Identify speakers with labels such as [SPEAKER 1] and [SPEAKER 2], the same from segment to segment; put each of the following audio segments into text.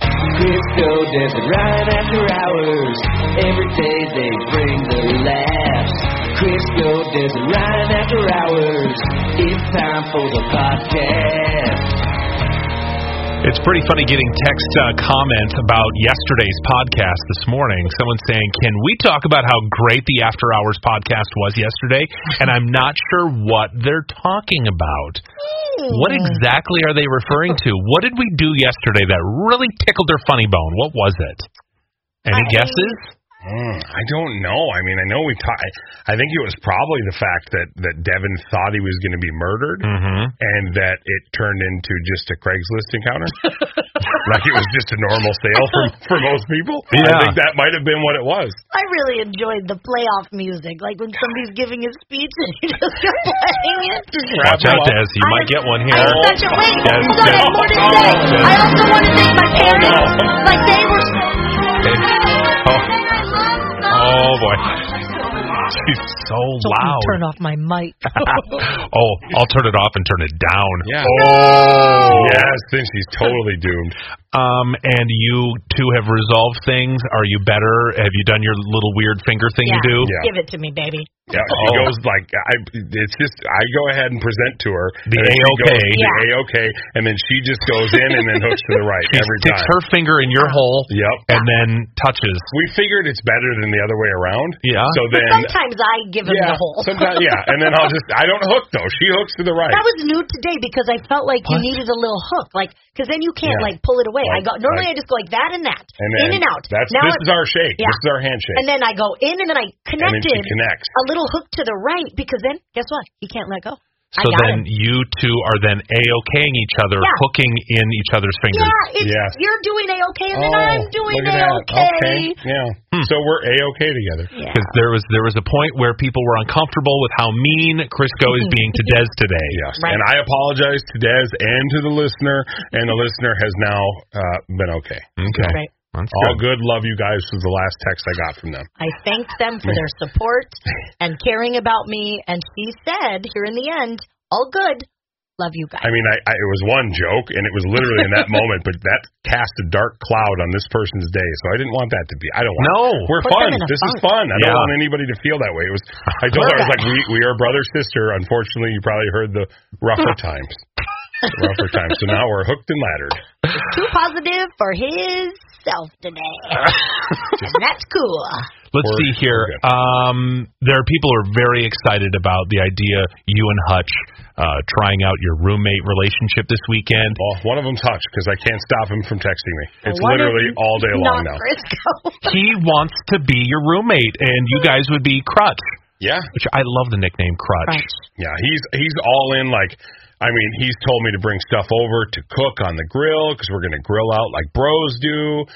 [SPEAKER 1] It's go dancing right after hours. Every day they bring the laughs. Crisco dancing right after hours. It's time for the podcast.
[SPEAKER 2] It's pretty funny getting text uh, comments about yesterday's podcast this morning. Someone saying, "Can we talk about how great the After Hours podcast was yesterday?" And I'm not sure what they're talking about. What
[SPEAKER 3] Hmm.
[SPEAKER 2] exactly are they referring to? What did we do yesterday that really tickled their funny bone? What was it? Any
[SPEAKER 4] I-
[SPEAKER 2] guesses?
[SPEAKER 5] Mm, I don't know. I mean, I know we talked. I think it was probably the fact that that Devin thought he was going to be murdered,
[SPEAKER 2] Mm-hmm.
[SPEAKER 5] and that it turned into just a Craigslist encounter. like it was just a normal sale for for most people.
[SPEAKER 2] Yeah.
[SPEAKER 5] I think that might have been what it was.
[SPEAKER 4] I really enjoyed the playoff music, like when somebody's giving a speech and you just start playing it.
[SPEAKER 2] Watch out,
[SPEAKER 5] Well,
[SPEAKER 2] Des. You
[SPEAKER 4] I
[SPEAKER 2] might
[SPEAKER 4] was-
[SPEAKER 2] get one
[SPEAKER 4] I
[SPEAKER 2] here.
[SPEAKER 4] was such a wait.
[SPEAKER 2] Yes,
[SPEAKER 4] I'm sorry,
[SPEAKER 2] yes.
[SPEAKER 4] I have more to say. I also want to thank my parents. Like they were. so-
[SPEAKER 2] Oh boy, she's so
[SPEAKER 3] Don't you
[SPEAKER 2] loud.
[SPEAKER 3] turn off my mic.
[SPEAKER 2] oh, I'll turn it off and turn it down.
[SPEAKER 5] Yeah.
[SPEAKER 2] Oh.
[SPEAKER 5] Yes, then she's totally doomed.
[SPEAKER 2] Um, and you two have resolved things. Are you better? Have you done your little weird finger thing you
[SPEAKER 3] Yeah.
[SPEAKER 2] do?
[SPEAKER 5] Yeah.
[SPEAKER 3] Give it to me, baby.
[SPEAKER 5] Yeah, she
[SPEAKER 2] Oh.
[SPEAKER 5] goes like I. It's just I go ahead and present to her
[SPEAKER 2] The
[SPEAKER 5] and then she
[SPEAKER 2] AOK.
[SPEAKER 5] goes- the AOK, and then she just goes in and then hooks to the right
[SPEAKER 2] She
[SPEAKER 5] every
[SPEAKER 2] sticks
[SPEAKER 5] time.
[SPEAKER 2] her finger in
[SPEAKER 4] Oh.
[SPEAKER 2] your hole
[SPEAKER 5] Yep.
[SPEAKER 2] and then touches.
[SPEAKER 5] we figured it's better than the other way around.
[SPEAKER 2] Yeah.
[SPEAKER 5] So
[SPEAKER 4] But
[SPEAKER 5] then,
[SPEAKER 4] sometimes I give him
[SPEAKER 5] yeah,
[SPEAKER 4] the whole.
[SPEAKER 5] sometimes, yeah, and then I'll just I don't hook though. She hooks to the right.
[SPEAKER 4] That was new today because I felt like
[SPEAKER 2] What?
[SPEAKER 4] you needed a little hook, like because then you can't
[SPEAKER 5] Yeah.
[SPEAKER 4] like pull it away. I
[SPEAKER 5] Right,
[SPEAKER 4] go normally I
[SPEAKER 5] right.
[SPEAKER 4] just go like that and that,
[SPEAKER 5] and then
[SPEAKER 4] in and out.
[SPEAKER 5] That's
[SPEAKER 4] now
[SPEAKER 5] this
[SPEAKER 4] I'm-
[SPEAKER 5] is our shake.
[SPEAKER 4] Yeah.
[SPEAKER 5] This is our handshake.
[SPEAKER 4] and then I go in and then I
[SPEAKER 5] And then she
[SPEAKER 4] connected
[SPEAKER 5] connects.
[SPEAKER 4] a little hook to the right because then guess what? He can't let go. I
[SPEAKER 2] So
[SPEAKER 4] got
[SPEAKER 2] then
[SPEAKER 4] him.
[SPEAKER 2] you two are then AOKing each other,
[SPEAKER 4] Yeah.
[SPEAKER 2] hooking in each other's fingers.
[SPEAKER 4] Yeah, it's,
[SPEAKER 5] Yes.
[SPEAKER 4] you're doing a okay, and then
[SPEAKER 5] Oh,
[SPEAKER 4] I'm doing
[SPEAKER 5] look
[SPEAKER 4] a
[SPEAKER 5] at that.
[SPEAKER 4] okay.
[SPEAKER 5] Yeah.
[SPEAKER 2] Hmm.
[SPEAKER 5] So we're a okay together.
[SPEAKER 4] Yeah.
[SPEAKER 2] Because there was there was a point where people were uncomfortable with how mean Crisco is
[SPEAKER 4] Mm-hmm.
[SPEAKER 2] being to Des today.
[SPEAKER 5] Yes.
[SPEAKER 4] Right.
[SPEAKER 5] And I apologize to Des and to the listener, and the listener has now uh, been okay.
[SPEAKER 2] Okay.
[SPEAKER 4] Right.
[SPEAKER 2] That's
[SPEAKER 5] All
[SPEAKER 2] good.
[SPEAKER 5] good. Love you guys. This is the last text I got from them.
[SPEAKER 4] I thanked them for their support and caring about me, and she said here in the end, all good. Love you guys.
[SPEAKER 5] I mean, I, I it was one joke, and it was literally in that moment, but that cast a dark cloud on this person's day. So I didn't want that to be. I don't want.
[SPEAKER 2] No.
[SPEAKER 5] we're
[SPEAKER 4] Put
[SPEAKER 5] fun.
[SPEAKER 4] them in a
[SPEAKER 5] This is
[SPEAKER 4] funk.
[SPEAKER 5] fun. I
[SPEAKER 2] Yeah.
[SPEAKER 5] don't want anybody to feel that way. It was. I told her I was like, we we are brother sister. Unfortunately, you probably heard the rougher times. rougher times. So now we're hooked and laddered.
[SPEAKER 4] Too positive for his self today. and that's cool.
[SPEAKER 2] Let's
[SPEAKER 5] Or-
[SPEAKER 2] see here.
[SPEAKER 5] okay.
[SPEAKER 2] Um, there are people who are very excited about the idea you and Hutch uh, trying out your roommate relationship this weekend.
[SPEAKER 5] Well, one of them's Hutch because I can't stop him from texting me. It's
[SPEAKER 4] One of
[SPEAKER 5] literally all day long
[SPEAKER 4] Not
[SPEAKER 5] now.
[SPEAKER 4] Crisco.
[SPEAKER 2] He wants to be your roommate, and you guys would be Crutch,
[SPEAKER 5] Yeah,
[SPEAKER 2] which I love the nickname Crutch.
[SPEAKER 4] Crutch.
[SPEAKER 5] yeah. He's he's all in. Like, I mean, he's told me to bring stuff over to cook on the grill because we're gonna grill out like bros do.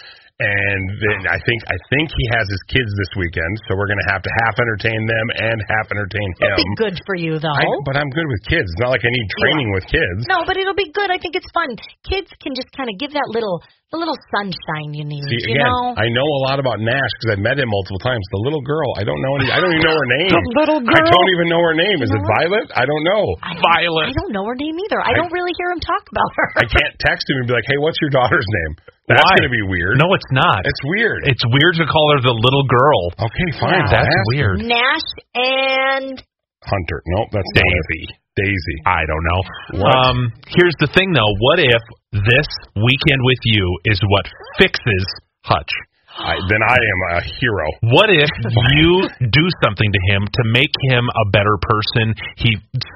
[SPEAKER 5] And then I think I think he has his kids this weekend, so we're gonna have to half entertain them and half entertain him.
[SPEAKER 4] It'll be good for you though.
[SPEAKER 5] I, but I'm good with kids. It's not like I need training with kids.
[SPEAKER 4] no, but it'll be good. I think it's fun. Kids can just kind of give that little, the little sunshine you need.
[SPEAKER 5] See,
[SPEAKER 4] you
[SPEAKER 5] again,
[SPEAKER 4] know.
[SPEAKER 5] I know a lot about Nash because I met him multiple times. The little girl, I don't know any. I don't even know her name.
[SPEAKER 2] The little
[SPEAKER 5] I
[SPEAKER 2] girl.
[SPEAKER 5] don't even know her name. Is
[SPEAKER 4] You
[SPEAKER 5] it
[SPEAKER 4] know what?
[SPEAKER 5] Violet? I don't know.
[SPEAKER 4] I don't-
[SPEAKER 2] Violet.
[SPEAKER 4] I don't know her name either. I, don't really hear him talk about her.
[SPEAKER 5] I can't text him and be like, "Hey, what's your daughter's name?" That's
[SPEAKER 2] Why?
[SPEAKER 5] gonna be weird.
[SPEAKER 2] No, it's not.
[SPEAKER 5] it's weird.
[SPEAKER 2] It's weird to call her the little girl.
[SPEAKER 5] okay, fine.
[SPEAKER 2] That's
[SPEAKER 5] I'll ask
[SPEAKER 2] weird.
[SPEAKER 4] Nash and
[SPEAKER 5] Hunter. Nope, that's not it.
[SPEAKER 2] Daisy.
[SPEAKER 5] Daisy.
[SPEAKER 2] I
[SPEAKER 5] Uh,
[SPEAKER 2] don't know.
[SPEAKER 5] What?
[SPEAKER 2] Um, here's the thing, though. What if this weekend with you is what fixes Hutch?
[SPEAKER 5] I, then I am a hero.
[SPEAKER 2] What if you do something to him to make him a better person? He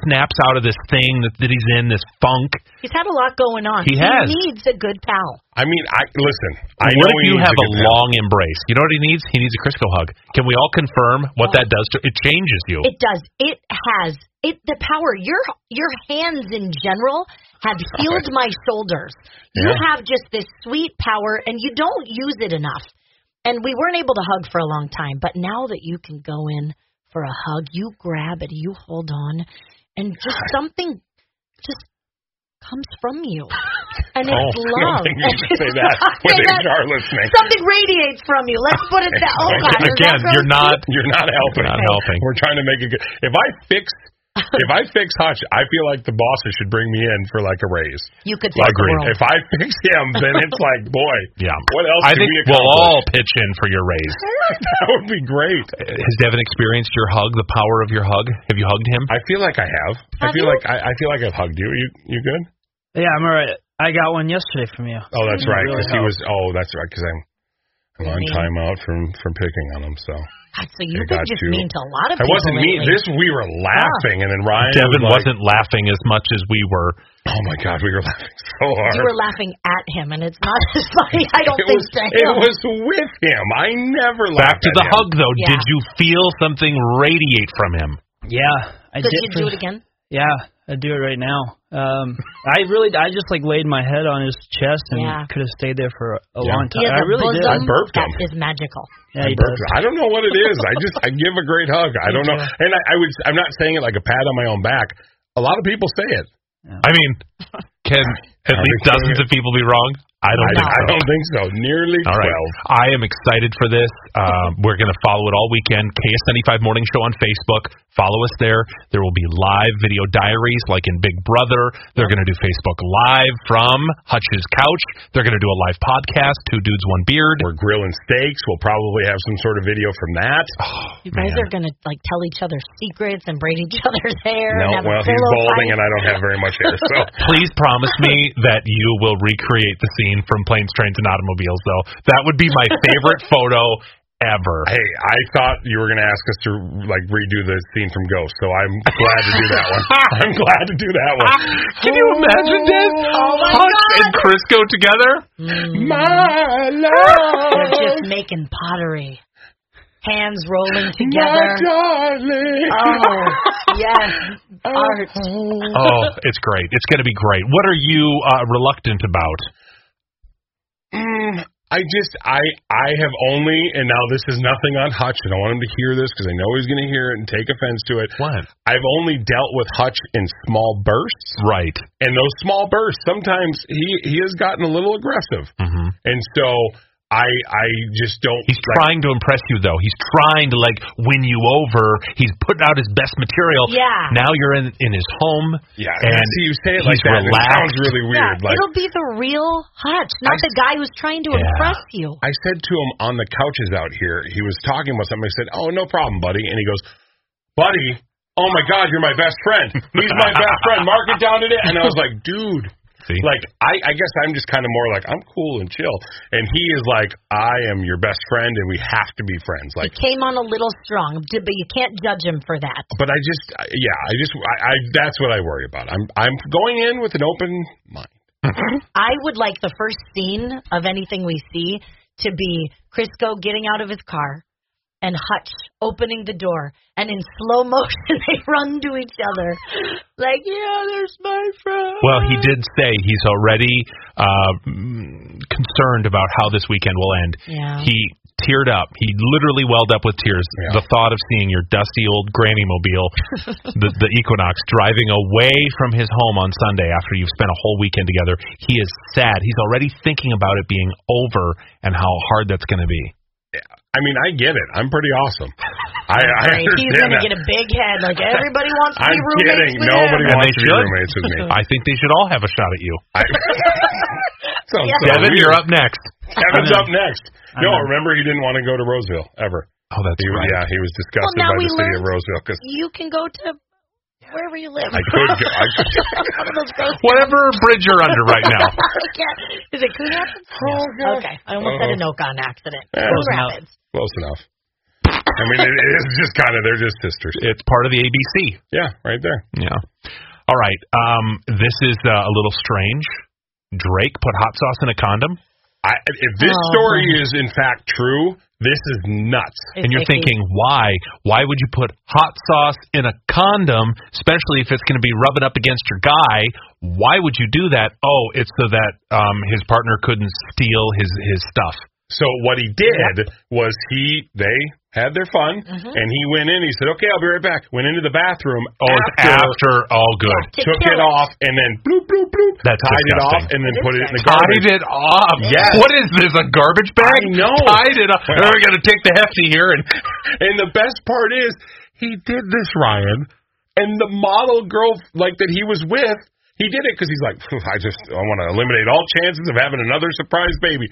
[SPEAKER 2] snaps out of this thing that, that he's in, this funk.
[SPEAKER 4] he's had a lot going on.
[SPEAKER 2] He has.
[SPEAKER 4] needs a good pal.
[SPEAKER 5] I mean, I listen. I
[SPEAKER 2] what
[SPEAKER 5] know
[SPEAKER 2] if
[SPEAKER 5] he
[SPEAKER 2] you
[SPEAKER 5] needs
[SPEAKER 2] have a,
[SPEAKER 5] good pal.
[SPEAKER 2] long embrace? You know what he needs? He needs a Crisco hug. Can we all confirm what that does to it changes you?
[SPEAKER 4] It does. It has it the power. Your your hands in general have healed my shoulders. You
[SPEAKER 5] Yeah.
[SPEAKER 4] have just this sweet power, and you don't use it enough. And we weren't able to hug for a long time, but now that you can go in for a hug, you grab it, you hold on, and just something just comes from you, and it's
[SPEAKER 5] Oh, I
[SPEAKER 4] love.
[SPEAKER 5] don't think you should say that when
[SPEAKER 4] Say
[SPEAKER 5] they
[SPEAKER 4] that.
[SPEAKER 5] are listening.
[SPEAKER 4] Something radiates from you. Let's put it that. Oh God! does that
[SPEAKER 2] Again,
[SPEAKER 4] sound
[SPEAKER 2] you're not.
[SPEAKER 5] You're not helping.
[SPEAKER 2] Not helping.
[SPEAKER 5] We're trying to make it good. If I fix, if I fix Hutch, I feel like the bosses should bring me in for like a raise.
[SPEAKER 4] You could fix the world.
[SPEAKER 5] If I fix him, then it's like, boy,
[SPEAKER 2] Yeah.
[SPEAKER 5] What else?
[SPEAKER 2] I
[SPEAKER 5] can
[SPEAKER 2] think
[SPEAKER 5] we
[SPEAKER 2] we'll all
[SPEAKER 5] accomplish?
[SPEAKER 2] pitch in for your raise.
[SPEAKER 5] that would be great.
[SPEAKER 2] Has Devin experienced your hug? The power of your hug? Have you hugged him?
[SPEAKER 5] I feel like I have. I
[SPEAKER 4] Have
[SPEAKER 5] feel
[SPEAKER 4] you?
[SPEAKER 5] like I, I feel like I've hugged you. You you good?
[SPEAKER 3] Yeah, I'm alright. I got one yesterday from you.
[SPEAKER 5] Oh, that's
[SPEAKER 3] Mm,
[SPEAKER 5] right.
[SPEAKER 3] really
[SPEAKER 5] 'cause he was.
[SPEAKER 3] helped.
[SPEAKER 5] Oh, that's right. Because I'm. I'm on
[SPEAKER 4] Really?
[SPEAKER 5] timeout from from picking on him. So
[SPEAKER 4] God, so you've
[SPEAKER 5] I
[SPEAKER 4] been
[SPEAKER 5] got
[SPEAKER 4] just
[SPEAKER 5] you.
[SPEAKER 4] mean to a lot of
[SPEAKER 5] I
[SPEAKER 4] people.
[SPEAKER 5] wasn't mean.
[SPEAKER 4] lately. Ah.
[SPEAKER 5] This we were laughing, and then Ryan
[SPEAKER 2] Devin
[SPEAKER 5] was like,
[SPEAKER 2] wasn't laughing as much as we were.
[SPEAKER 5] Oh my god, we were laughing so hard.
[SPEAKER 4] you were laughing at him, and it's not as funny. I don't
[SPEAKER 5] it
[SPEAKER 4] think
[SPEAKER 5] was
[SPEAKER 4] so.
[SPEAKER 5] it was with him. I never
[SPEAKER 2] Back
[SPEAKER 5] laughed
[SPEAKER 2] to
[SPEAKER 5] at
[SPEAKER 2] the
[SPEAKER 5] him.
[SPEAKER 2] hug, though.
[SPEAKER 4] Yeah.
[SPEAKER 2] Did you feel something radiate from him?
[SPEAKER 3] Yeah, I
[SPEAKER 4] Did
[SPEAKER 3] did.
[SPEAKER 4] you
[SPEAKER 3] for-
[SPEAKER 4] do it again?
[SPEAKER 3] Yeah, I do it right now. Um, I really, I just like laid my head on his chest and
[SPEAKER 4] Yeah.
[SPEAKER 3] could have stayed there for a
[SPEAKER 5] Yeah.
[SPEAKER 3] long
[SPEAKER 4] He
[SPEAKER 3] time.
[SPEAKER 4] has a
[SPEAKER 3] I really
[SPEAKER 4] bosom
[SPEAKER 3] did.
[SPEAKER 5] I burped
[SPEAKER 4] that
[SPEAKER 5] him.
[SPEAKER 4] is magical.
[SPEAKER 3] Yeah, he
[SPEAKER 5] Burp.
[SPEAKER 3] does.
[SPEAKER 5] I don't know what it is. I just I give a great hug. I don't know, and I, I would. I'm not saying it like a pat on my own back. A lot of people say it.
[SPEAKER 2] I mean, can at least
[SPEAKER 5] I think so.
[SPEAKER 2] dozens of people be wrong? I don't
[SPEAKER 5] I,
[SPEAKER 2] think
[SPEAKER 5] I
[SPEAKER 2] so.
[SPEAKER 5] don't think so. Nearly
[SPEAKER 2] All right.
[SPEAKER 5] twelve.
[SPEAKER 2] I am excited for this. Um, we're going to follow it all weekend. KS95 Morning Show on Facebook. Follow us there. There will be live video diaries like in Big Brother. They're going to do Facebook Live from Hutch's couch. They're going to do a live podcast, Two Dudes, One Beard.
[SPEAKER 5] We're grilling steaks. We'll probably have some sort of video from that.
[SPEAKER 2] Oh,
[SPEAKER 4] You guys
[SPEAKER 2] Man.
[SPEAKER 4] are gonna like tell each other secrets and braid each other's hair.
[SPEAKER 5] no,
[SPEAKER 4] and have
[SPEAKER 5] well,
[SPEAKER 4] a
[SPEAKER 5] he's
[SPEAKER 4] pillow
[SPEAKER 5] balding,
[SPEAKER 4] fight.
[SPEAKER 5] and I don't have very much hair. So
[SPEAKER 2] Please promise me that you will recreate the scene from Planes, Trains, and Automobiles, though. That would be my favorite photo ever.
[SPEAKER 5] hey, I thought you were going to ask us to like redo the scene from Ghost. So I'm glad to do that one. I'm glad to do that one.
[SPEAKER 2] Ah, Can you imagine this?
[SPEAKER 4] Oh my
[SPEAKER 2] Hutch
[SPEAKER 4] God.
[SPEAKER 2] and Chris go together?
[SPEAKER 5] My love,
[SPEAKER 4] Mm. They're just making pottery, hands rolling together.
[SPEAKER 5] darling.
[SPEAKER 4] Oh yes, art.
[SPEAKER 2] Oh, it's great. It's going to be great. What are you uh, reluctant about?
[SPEAKER 5] Mm, I just I I have only and now this is nothing on Hutch. and I want him to hear this because I know he's going to hear it and take offense to it.
[SPEAKER 2] What?
[SPEAKER 5] I've only dealt with Hutch in small bursts,
[SPEAKER 2] Right.
[SPEAKER 5] and those small bursts sometimes he he has gotten a little aggressive,
[SPEAKER 2] hmm
[SPEAKER 5] and so I I just don't.
[SPEAKER 2] He's
[SPEAKER 5] like,
[SPEAKER 2] trying to impress you, though. He's trying to like win you over. He's putting out his best material.
[SPEAKER 4] Yeah.
[SPEAKER 2] Now you're in in his home.
[SPEAKER 5] Yeah,
[SPEAKER 2] and
[SPEAKER 5] and see you say it like
[SPEAKER 2] he's
[SPEAKER 5] that. and It sounds
[SPEAKER 2] relaxed.
[SPEAKER 5] really weird.
[SPEAKER 4] Yeah,
[SPEAKER 5] like
[SPEAKER 4] it'll be the real Hutch, not
[SPEAKER 5] I-
[SPEAKER 4] the guy who's trying to
[SPEAKER 2] Yeah.
[SPEAKER 4] impress you.
[SPEAKER 5] I said to him on the couches out here, he was talking about something. I said, "Oh, no problem, buddy," and he goes, "Buddy." Oh my God, you're my best friend. He's my best friend. Mark it down today. And I was like, dude,
[SPEAKER 2] See?
[SPEAKER 5] like I, I guess I'm just kind of more like I'm cool and chill, and he is like I am your best friend, and we have to be friends.
[SPEAKER 4] He
[SPEAKER 5] Like,
[SPEAKER 4] came on a little strong, d- but you can't judge him for that.
[SPEAKER 5] but I just I- yeah, I just I, I that's what I worry about. I'm I'm going in with an open mind.
[SPEAKER 4] I would like the first scene of anything we see to be Crisco getting out of his car and Hutch opening the door, and in slow motion they run to each other, like, "Yeah, there's my friend."
[SPEAKER 2] Well, he did say he's already uh, mm, concerned about how this weekend will end.
[SPEAKER 4] Yeah.
[SPEAKER 2] He teared up. He literally welled up with tears.
[SPEAKER 5] Yeah.
[SPEAKER 2] The thought of seeing your dusty old granny mobile, the, the Equinox, driving away from his home on Sunday after you've spent a whole weekend together. He is sad. He's already thinking about it being over and how hard that's going to be.
[SPEAKER 5] I mean, I get it. I'm pretty awesome. I, I
[SPEAKER 4] Right,
[SPEAKER 5] understand
[SPEAKER 4] He's gonna
[SPEAKER 5] that.
[SPEAKER 4] get a big head, like everybody wants to be
[SPEAKER 5] I'm
[SPEAKER 4] roommates
[SPEAKER 5] kidding.
[SPEAKER 4] with
[SPEAKER 5] Nobody
[SPEAKER 4] him.
[SPEAKER 2] And they
[SPEAKER 5] wants to be
[SPEAKER 2] should.
[SPEAKER 5] roommates with me.
[SPEAKER 2] I think they should all have a shot at you.
[SPEAKER 5] I, Sounds so
[SPEAKER 2] Devin,
[SPEAKER 5] weird.
[SPEAKER 2] you're up next.
[SPEAKER 5] Kevin's
[SPEAKER 3] I know.
[SPEAKER 5] up next.
[SPEAKER 3] I
[SPEAKER 5] No,
[SPEAKER 3] know.
[SPEAKER 5] remember he didn't want to go to Roseville ever.
[SPEAKER 2] Oh, that's
[SPEAKER 5] He,
[SPEAKER 2] right.
[SPEAKER 5] Yeah, he was disgusted
[SPEAKER 4] now
[SPEAKER 5] by
[SPEAKER 4] we
[SPEAKER 5] the city of
[SPEAKER 4] learned-
[SPEAKER 5] Roseville because
[SPEAKER 4] You can go to wherever you live.
[SPEAKER 5] I could go. I could,
[SPEAKER 4] One of those grocery-
[SPEAKER 2] Whatever bridge you're under right now.
[SPEAKER 4] I can't- Is it Coon Rapids? Okay, I almost said an
[SPEAKER 5] Uh-oh.
[SPEAKER 4] oak on accident.
[SPEAKER 5] Yeah.
[SPEAKER 4] Coon
[SPEAKER 5] Close
[SPEAKER 3] enough.
[SPEAKER 4] Rapids.
[SPEAKER 5] close enough. I mean, it, it's just kind of they're just sisters.
[SPEAKER 2] It's part of the ABC.
[SPEAKER 5] Yeah, right there.
[SPEAKER 2] Yeah. All right. Um, this is uh, a little strange. Drake put hot sauce in a condom.
[SPEAKER 5] I, if this
[SPEAKER 4] Oh,
[SPEAKER 5] story
[SPEAKER 4] boy.
[SPEAKER 5] is in fact true, this is nuts.
[SPEAKER 4] It's
[SPEAKER 2] and you're
[SPEAKER 4] icky.
[SPEAKER 2] thinking, why? Why would you put hot sauce in a condom, especially if it's going to be rubbing up against your guy? Why would you do that? Oh, it's so that um, his partner couldn't steal his his stuff.
[SPEAKER 5] So what he did was he they had their fun
[SPEAKER 4] Mm-hmm.
[SPEAKER 5] and he went in. He said, "Okay, I'll be right back." Went into the bathroom.
[SPEAKER 2] Oh, it's after all good.
[SPEAKER 4] To
[SPEAKER 5] took
[SPEAKER 4] kill
[SPEAKER 5] it off and then bloop bloop bloop
[SPEAKER 2] That's
[SPEAKER 5] tied it off
[SPEAKER 2] disgusting.
[SPEAKER 5] and then
[SPEAKER 4] That
[SPEAKER 5] put
[SPEAKER 4] is
[SPEAKER 5] it in the garbage.
[SPEAKER 2] Tied it off.
[SPEAKER 5] Yes.
[SPEAKER 2] What is this? A garbage bag?
[SPEAKER 5] I know.
[SPEAKER 2] Tied it off. We're gonna take the hefty here and
[SPEAKER 5] And the best part is he did this, Ryan, and the model girl like that he was with, he did it because he's like, "Phew, I just I want to eliminate all chances of having another surprise baby.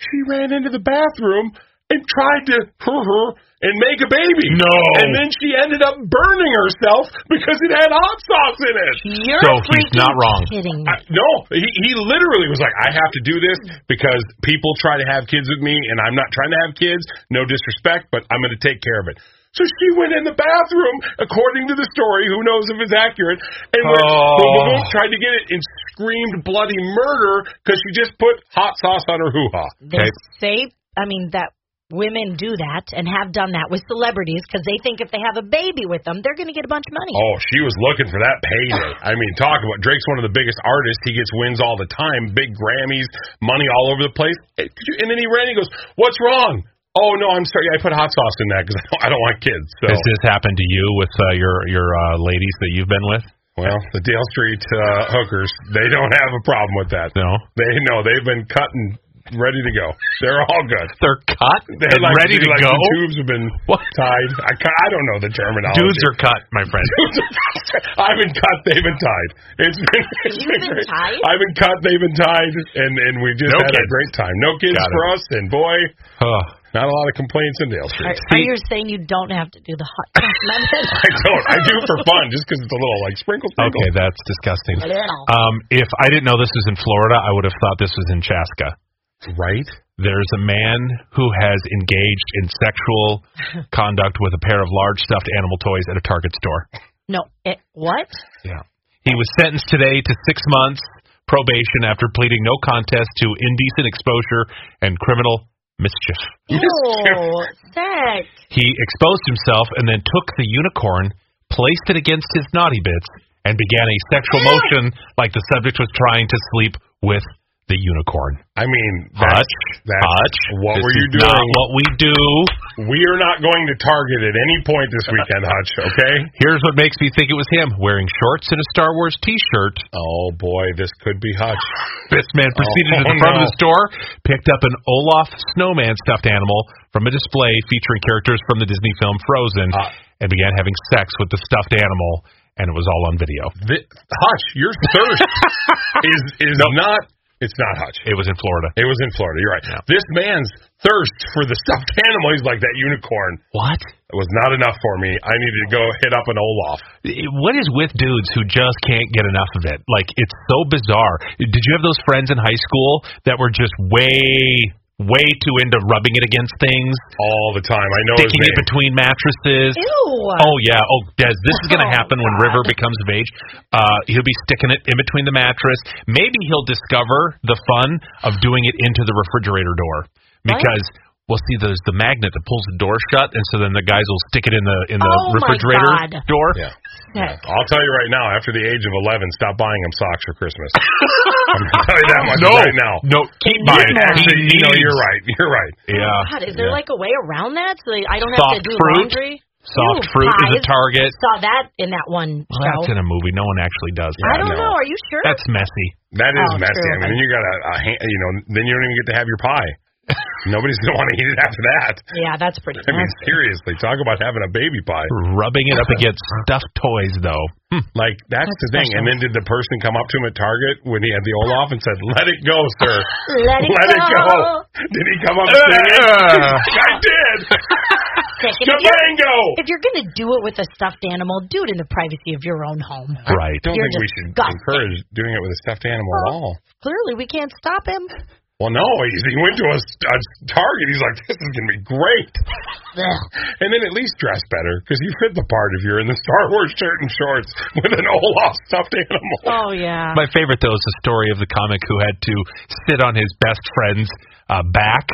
[SPEAKER 5] She ran into the bathroom and tried to her her and make a baby.
[SPEAKER 2] No.
[SPEAKER 5] and then she ended up burning herself because it had hot sauce in it.
[SPEAKER 4] You're
[SPEAKER 2] So he's
[SPEAKER 4] freaking
[SPEAKER 2] not wrong.
[SPEAKER 4] Kidding me.
[SPEAKER 5] I, no, he, he literally was like, I have to do this because people try to have kids with me, and I'm not trying to have kids. No disrespect, but I'm going to take care of it. So she went in the bathroom, according to the story. Who knows if it's accurate? And went,
[SPEAKER 2] Oh.
[SPEAKER 5] boom, boom, boom, tried to get it and screamed bloody murder because she just put hot sauce on her hoo ha.
[SPEAKER 4] They say, I mean, that women do that and have done that with celebrities because they think if they have a baby with them, they're going to get a bunch of money.
[SPEAKER 5] Oh, she was looking for that payday. I mean, talk about Drake's one of the biggest artists. He gets wins all the time, big Grammys, money all over the place. Hey, did you- And then he ran and he goes, "What's wrong?" Oh no, I'm sorry. I put hot sauce in that because I don't, I don't want kids. So
[SPEAKER 2] Has this happened to you with uh, your your uh, ladies that you've been with?
[SPEAKER 5] well, the Dale Street uh, hookers, they don't have a problem with that.
[SPEAKER 2] No.
[SPEAKER 5] They know they've been cut and ready to go. They're all good.
[SPEAKER 2] They're cut.
[SPEAKER 5] They're
[SPEAKER 2] and ready to
[SPEAKER 5] like
[SPEAKER 2] go.
[SPEAKER 5] The tubes have been
[SPEAKER 2] What?
[SPEAKER 5] tied. I, ca- I don't know the terminology.
[SPEAKER 2] Dudes are cut, my friend.
[SPEAKER 5] I've been cut. They've been tied. It's been. it's
[SPEAKER 4] You've been
[SPEAKER 5] great.
[SPEAKER 4] tied?
[SPEAKER 5] I've been cut. They've been tied, and and we just
[SPEAKER 2] No
[SPEAKER 5] had a
[SPEAKER 2] kids.
[SPEAKER 5] great time. No kids
[SPEAKER 2] Got it.
[SPEAKER 5] for us, and boy,
[SPEAKER 2] Ugh.
[SPEAKER 5] not a lot of complaints in Dale
[SPEAKER 4] Are,
[SPEAKER 5] Street.
[SPEAKER 4] are you saying you don't have to do the hot tub method?
[SPEAKER 5] I don't. I do for fun, just because it's a little like sprinkle. sprinkle.
[SPEAKER 2] Okay, that's disgusting.
[SPEAKER 4] Little.
[SPEAKER 2] Um, if I didn't know this was in Florida, I would have thought this was in Chaska.
[SPEAKER 5] Right.
[SPEAKER 2] There's a man who has engaged in sexual conduct with a pair of large stuffed animal toys at a Target store.
[SPEAKER 4] No. It, what?
[SPEAKER 2] Yeah. He was sentenced today to six months probation after pleading no contest to indecent exposure and criminal mischief.
[SPEAKER 4] Ew. Sex.
[SPEAKER 2] He exposed himself and then took the unicorn, placed it against his naughty bits, and began a sexual motion like the subject was trying to sleep with the unicorn.
[SPEAKER 5] I mean, that's,
[SPEAKER 2] Hutch,
[SPEAKER 5] that's
[SPEAKER 2] Hutch,
[SPEAKER 5] what
[SPEAKER 2] this
[SPEAKER 5] were you
[SPEAKER 2] is
[SPEAKER 5] doing?
[SPEAKER 2] Not what we do.
[SPEAKER 5] we are not going to Target at any point this weekend, Hutch. Okay.
[SPEAKER 2] Here's what makes me think it was him wearing shorts and a Star Wars T-shirt.
[SPEAKER 5] Oh boy, this could be Hutch.
[SPEAKER 2] This man proceeded to
[SPEAKER 5] Oh,
[SPEAKER 2] the front of
[SPEAKER 5] no.
[SPEAKER 2] the store, picked up an Olaf snowman stuffed animal from a display featuring characters from the Disney film Frozen,
[SPEAKER 5] Ah.
[SPEAKER 2] and began having sex with the stuffed animal. And it was all on video.
[SPEAKER 5] Th- Hutch, your thirst is is not. It's not Hutch.
[SPEAKER 2] It was in Florida.
[SPEAKER 5] It was in Florida. You're right. This man's thirst for the stuffed animal, he's like that unicorn,
[SPEAKER 2] What?
[SPEAKER 5] was not enough for me. I needed to go hit up an Olaf.
[SPEAKER 2] What is with dudes who just can't get enough of it? Like it's so bizarre. Did you have those friends in high school that were just way, way too into rubbing it against things,
[SPEAKER 5] all the time. I know his
[SPEAKER 2] sticking it
[SPEAKER 5] name.
[SPEAKER 2] between mattresses?
[SPEAKER 4] Ew.
[SPEAKER 2] Oh yeah. Oh, Des, this is going to
[SPEAKER 4] Oh,
[SPEAKER 2] happen when
[SPEAKER 4] God.
[SPEAKER 2] River becomes of age. Uh, he'll be sticking it in between the mattress. Maybe he'll discover the fun of doing it into the refrigerator door because. Well, see, there's the magnet that pulls the door shut, and so then the guys will stick it in the in the
[SPEAKER 4] Oh, my
[SPEAKER 2] refrigerator
[SPEAKER 4] God.
[SPEAKER 2] door.
[SPEAKER 5] Yeah.
[SPEAKER 4] Sex.
[SPEAKER 5] I'll tell you right now, after the age of 11, stop buying him socks for Christmas. I'm going to tell you that much
[SPEAKER 2] no,
[SPEAKER 5] right now.
[SPEAKER 2] no, keep
[SPEAKER 4] need
[SPEAKER 2] buying.
[SPEAKER 4] more.
[SPEAKER 2] it. He
[SPEAKER 5] Actually, you know,
[SPEAKER 2] needs-
[SPEAKER 5] you're right. You're right.
[SPEAKER 2] Yeah,
[SPEAKER 4] God, is there like a way around that so that I don't have
[SPEAKER 2] Soft
[SPEAKER 4] to do
[SPEAKER 2] fruit.
[SPEAKER 4] laundry?
[SPEAKER 2] soft
[SPEAKER 4] Ew,
[SPEAKER 2] fruit is a
[SPEAKER 4] pies.
[SPEAKER 2] target.
[SPEAKER 4] Saw that in that one
[SPEAKER 2] Well,
[SPEAKER 4] show.
[SPEAKER 2] that's in a movie. No one actually does.
[SPEAKER 4] I
[SPEAKER 2] that.
[SPEAKER 4] don't know. Are you sure?
[SPEAKER 2] That's messy.
[SPEAKER 5] That
[SPEAKER 4] Oh,
[SPEAKER 5] is messy.
[SPEAKER 4] true.
[SPEAKER 5] I mean, then you got a, a hand, you know, then you don't even get to have your pie. Nobody's going to want to eat it after that.
[SPEAKER 4] yeah, that's pretty.
[SPEAKER 5] I mean,
[SPEAKER 4] nasty.
[SPEAKER 5] seriously, talk about having a baby pie.
[SPEAKER 2] Rubbing it up against stuffed toys, though. Hmm.
[SPEAKER 5] Like that's,
[SPEAKER 4] That's
[SPEAKER 5] the thing. And then did the person come up to him at Target when he had the Olaf and said, "Let it go, sir.
[SPEAKER 4] Let it go.
[SPEAKER 5] Did he come up singing? I did.
[SPEAKER 4] Sick. And if, you're,
[SPEAKER 5] Jabango.
[SPEAKER 4] if you're gonna do it with a stuffed animal, do it in the privacy of your own home.
[SPEAKER 2] Right.
[SPEAKER 5] I don't
[SPEAKER 4] You're
[SPEAKER 5] think we should
[SPEAKER 4] disgusting.
[SPEAKER 5] encourage doing it with a stuffed animal at all.
[SPEAKER 4] Clearly, we can't stop him.
[SPEAKER 5] Well, no, he's, he went to a, a Target. He's like, this is gonna be great. and then at least dress better because you fit the part if you're in the Star Wars shirt and shorts with an Olaf stuffed animal.
[SPEAKER 4] Oh yeah.
[SPEAKER 2] My favorite though is the story of the comic who had to sit on his best friend's uh, back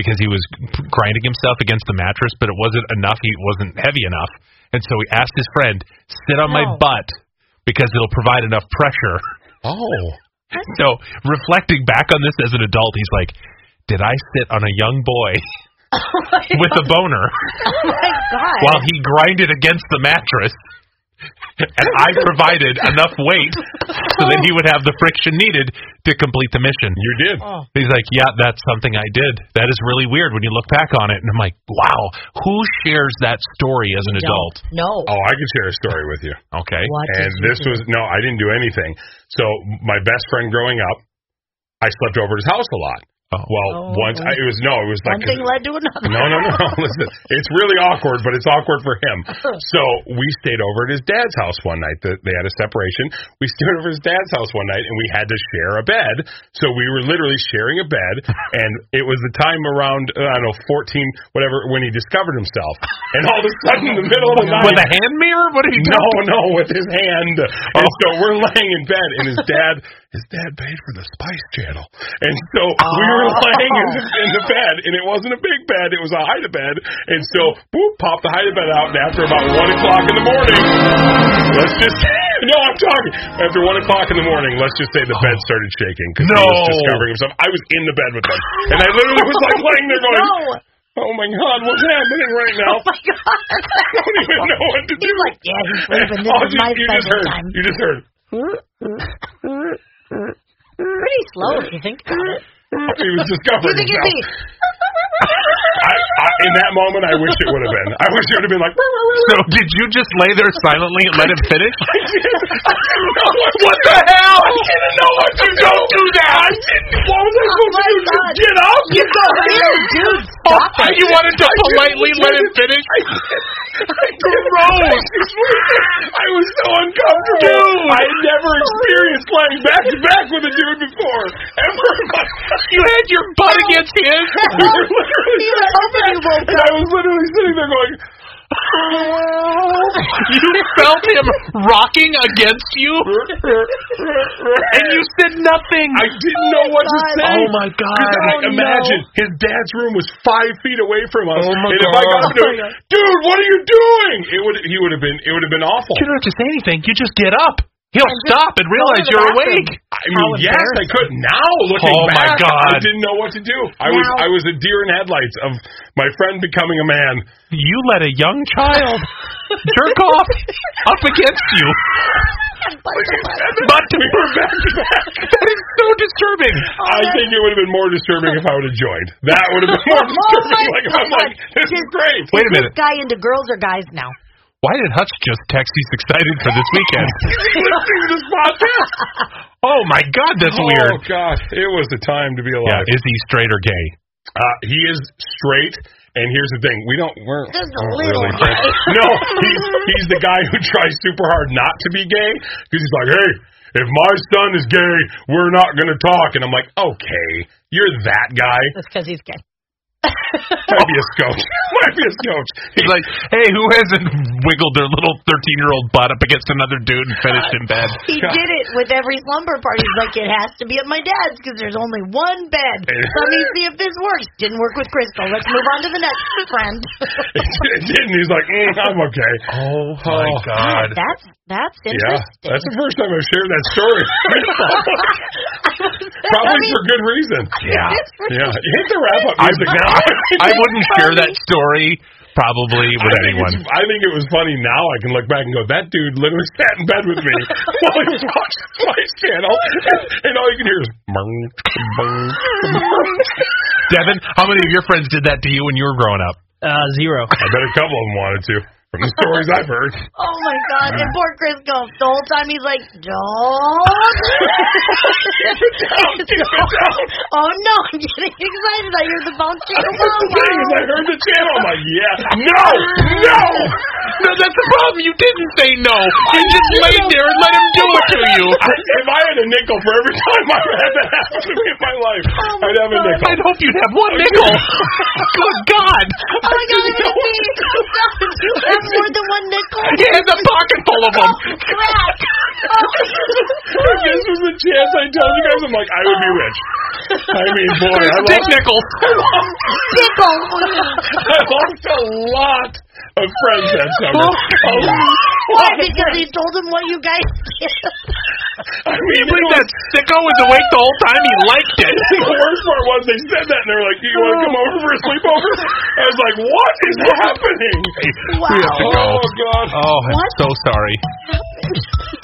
[SPEAKER 2] because he was grinding himself against the mattress, but it wasn't enough. He wasn't heavy enough, and so he asked his friend, "Sit on my
[SPEAKER 4] No.
[SPEAKER 2] butt because it'll provide enough pressure."
[SPEAKER 5] Oh,
[SPEAKER 2] So reflecting back on this as an adult, he's like, "Did I sit on a young boy
[SPEAKER 4] Oh
[SPEAKER 2] with a boner
[SPEAKER 4] my God.
[SPEAKER 2] while he grinded against the mattress?" And I provided enough weight so that he would have the friction needed to complete the mission.
[SPEAKER 5] you did.
[SPEAKER 4] Oh.
[SPEAKER 2] He's like, yeah, that's something I did. That is really weird when you look back on it. And I'm like, wow, who shares that story as an
[SPEAKER 4] No.
[SPEAKER 2] adult?
[SPEAKER 4] No.
[SPEAKER 5] Oh, I could share a story with you.
[SPEAKER 2] Okay.
[SPEAKER 4] What
[SPEAKER 5] and
[SPEAKER 4] did you
[SPEAKER 5] this
[SPEAKER 4] do?
[SPEAKER 5] was no, I didn't do anything. So my best friend growing up, I slept over at his house a lot.
[SPEAKER 2] Oh.
[SPEAKER 5] Well,
[SPEAKER 4] Oh.
[SPEAKER 5] once I, it was no, it was
[SPEAKER 4] one
[SPEAKER 5] like
[SPEAKER 4] thing led to another.
[SPEAKER 5] no, no, no. Listen, it's really awkward, but it's awkward for him. So we stayed over at his dad's house one night. The- They had a separation. We stayed over at his dad's house one night, and we had to share a bed. So we were literally sharing a bed, and it was the time around uh, I don't know fourteen, whatever, when he discovered himself, and all of a sudden, in the middle of the night,
[SPEAKER 2] With a hand mirror? What are you
[SPEAKER 5] no,
[SPEAKER 2] doing?
[SPEAKER 5] no, with his hand. And so we're laying in bed, and his dad, his dad paid for the Spice Channel, and so we were laying in, in the bed, and it wasn't a big bed, it was a hide bed, and so boop, popped the hide bed out, and after about one o'clock in the morning, let's just. No, I'm talking. After one o'clock in the morning, let's just say the bed started shaking because he was
[SPEAKER 2] No.
[SPEAKER 5] discovering himself. I was in the bed with them, and I literally was like laying there going,
[SPEAKER 4] No.
[SPEAKER 5] "Oh my god, what's happening right now?
[SPEAKER 4] Oh my
[SPEAKER 5] I
[SPEAKER 4] God.
[SPEAKER 5] don't even know what to do."
[SPEAKER 4] He's like, yeah, he's leaving. This
[SPEAKER 5] Oh,
[SPEAKER 4] is my
[SPEAKER 5] you just
[SPEAKER 4] second
[SPEAKER 5] heard.
[SPEAKER 4] time.
[SPEAKER 5] You just heard.
[SPEAKER 4] Pretty slow, if you think. about it.
[SPEAKER 5] He was discovering
[SPEAKER 4] You think you'd
[SPEAKER 5] himself.
[SPEAKER 4] be
[SPEAKER 5] I, I, in that moment, I wish it would have been. I wish it would have been like.
[SPEAKER 2] So did you just lay there silently and let him finish?
[SPEAKER 5] I didn't know what, to
[SPEAKER 2] What
[SPEAKER 5] do.
[SPEAKER 2] the hell?
[SPEAKER 5] I didn't know what to do.
[SPEAKER 2] Don't do that.
[SPEAKER 5] I didn't. What was I supposed
[SPEAKER 4] my
[SPEAKER 5] to do? Just
[SPEAKER 4] God.
[SPEAKER 5] Get up.
[SPEAKER 4] You go here, dude.
[SPEAKER 2] Oh,
[SPEAKER 4] Stop it.
[SPEAKER 2] you wanted to politely let him finish?
[SPEAKER 5] Gross. I was so uncomfortable.
[SPEAKER 2] Oh, Dude.
[SPEAKER 5] I had never experienced laying back to back with a dude before. Ever in my
[SPEAKER 2] You had your butt against his?
[SPEAKER 5] We were literally
[SPEAKER 4] You were hoping you woke
[SPEAKER 5] And I was literally sitting there going,
[SPEAKER 2] You felt him rocking against you? And you said nothing.
[SPEAKER 5] I didn't know what to say.
[SPEAKER 2] oh my god.
[SPEAKER 5] 'Cause I imagine his dad's room was five feet away from
[SPEAKER 2] Oh,
[SPEAKER 5] us, and if I got up to him, dude, what are you doing? It would he would have been it would have been awful.
[SPEAKER 2] You don't have to say anything. You just get up. He'll
[SPEAKER 4] And just
[SPEAKER 2] stop and realize
[SPEAKER 4] the
[SPEAKER 2] you're
[SPEAKER 4] bathroom.
[SPEAKER 2] awake.
[SPEAKER 5] I mean, yes, I could now looking
[SPEAKER 2] Oh, my
[SPEAKER 5] back.
[SPEAKER 2] God.
[SPEAKER 5] I didn't know what to do. I was
[SPEAKER 4] Now-
[SPEAKER 5] I was a deer in headlights of my friend becoming a man.
[SPEAKER 2] You let a young child jerk off up against you. But
[SPEAKER 5] We were back to back.
[SPEAKER 2] that is so disturbing. Oh,
[SPEAKER 5] I think it would have been more disturbing if I would have joined. That would have been more
[SPEAKER 4] Oh,
[SPEAKER 5] disturbing.
[SPEAKER 4] my
[SPEAKER 5] like if I'm
[SPEAKER 4] God.
[SPEAKER 5] like, this is great.
[SPEAKER 2] Wait a
[SPEAKER 4] This
[SPEAKER 2] minute.
[SPEAKER 4] guy into girls or guys now?
[SPEAKER 2] Why did Hutch just text he's excited for this weekend?
[SPEAKER 5] Oh, listening to this podcast.
[SPEAKER 2] Oh my god, that's
[SPEAKER 5] Oh
[SPEAKER 2] weird.
[SPEAKER 5] gosh, it was the time to be
[SPEAKER 2] Yeah,
[SPEAKER 5] alive.
[SPEAKER 2] is he straight or gay?
[SPEAKER 5] Uh, he is straight, and here's the thing: we don't. We're
[SPEAKER 4] Just a
[SPEAKER 5] aren't
[SPEAKER 4] little
[SPEAKER 5] really
[SPEAKER 4] gay.
[SPEAKER 5] friends. No, he's he's the guy who tries super hard not to be gay because he's like, hey, if my son is gay, we're not gonna talk. And I'm like, okay, you're that guy.
[SPEAKER 4] That's because he's gay.
[SPEAKER 5] Might be a coach. Might be a coach.
[SPEAKER 2] He's like, hey, who hasn't wiggled their little 13 year old butt up against another dude and finished in bed?
[SPEAKER 4] He
[SPEAKER 5] God.
[SPEAKER 4] did it with every slumber party. He's like, it has to be at my dad's because there's only one bed. Let me see if this works. Didn't work with Crystal. Let's move on to the next friend.
[SPEAKER 5] it didn't. He's like, mm, I'm okay.
[SPEAKER 2] Oh
[SPEAKER 5] my
[SPEAKER 4] God, that's that's
[SPEAKER 5] Yeah,
[SPEAKER 4] interesting.
[SPEAKER 5] that's the first time I've shared that story. Probably for good reason.
[SPEAKER 2] Yeah.
[SPEAKER 5] Yeah, hit the wrap up
[SPEAKER 2] I,
[SPEAKER 5] music now.
[SPEAKER 2] I wouldn't share that story probably with
[SPEAKER 5] I think
[SPEAKER 2] anyone.
[SPEAKER 5] it's- I think it was funny. Now I can look back and go, that dude literally sat in bed with me while he was watching Spice Channel, and, and all you can hear is. "Bung, bung, bung."
[SPEAKER 2] Devin, how many of your friends did that to you when you were growing up?
[SPEAKER 3] Uh, zero.
[SPEAKER 5] I bet a couple of them wanted to. From the stories I've heard,
[SPEAKER 4] Oh my god! And poor Crisco, the whole time he's like, "Don't." oh no! I'm getting excited. I hear the bounce jingle.
[SPEAKER 5] the thing is, I heard the channel. I'm like, yeah, no, no.
[SPEAKER 2] No, that's the problem. You didn't say no. You just laid there and let him do it to you.
[SPEAKER 5] I, if I had a nickel for every time I had that happen to me in Oh my life, I'd have a nickel.
[SPEAKER 2] I'd hope you'd have one nickel. Good God.
[SPEAKER 4] Oh my God, it is me. That's more than one nickel.
[SPEAKER 2] He has a pocket full of them.
[SPEAKER 4] Oh, crap.
[SPEAKER 5] if this was the chance I told you guys, I'm like, I would be rich. I
[SPEAKER 4] Oh.
[SPEAKER 5] mean, boy, I
[SPEAKER 2] Dick
[SPEAKER 5] lost,
[SPEAKER 2] nickel.
[SPEAKER 5] I lost a lot of friends that summer. A
[SPEAKER 4] Why?
[SPEAKER 5] lot.
[SPEAKER 4] Because he told him what you guys did.
[SPEAKER 2] Can
[SPEAKER 5] I mean,
[SPEAKER 2] you believe
[SPEAKER 5] it was-
[SPEAKER 2] that sicko was awake the whole time? He liked it.
[SPEAKER 5] the worst part was they said that and they were like, "Do you want to come over for a sleepover?" I was like, "What is happening?"
[SPEAKER 4] Wow.
[SPEAKER 2] to go.
[SPEAKER 5] Oh god.
[SPEAKER 2] Oh, I'm
[SPEAKER 4] What?
[SPEAKER 2] so sorry.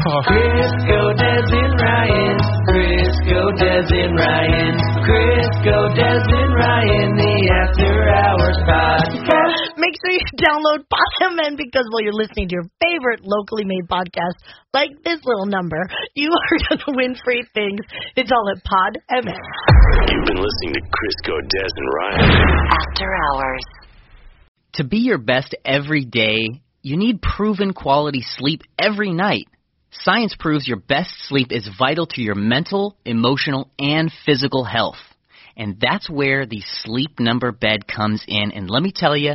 [SPEAKER 6] Oh.
[SPEAKER 1] Crisco Desmond Ryan. Crisco Desmond Ryan. Crisco Desmond Ryan. The After Hours Podcast.
[SPEAKER 4] Make sure you download Podman because while you're listening to your favorite locally made podcast, like this little number, you are going to win free things. It's all at Podman.
[SPEAKER 6] You've been listening to Crisco, Des, and Ryan.
[SPEAKER 7] After hours.
[SPEAKER 8] To be your best every day, you need proven quality sleep every night. Science proves your best sleep is vital to your mental, emotional, and physical health. And that's where the Sleep Number bed comes in. And let me tell you,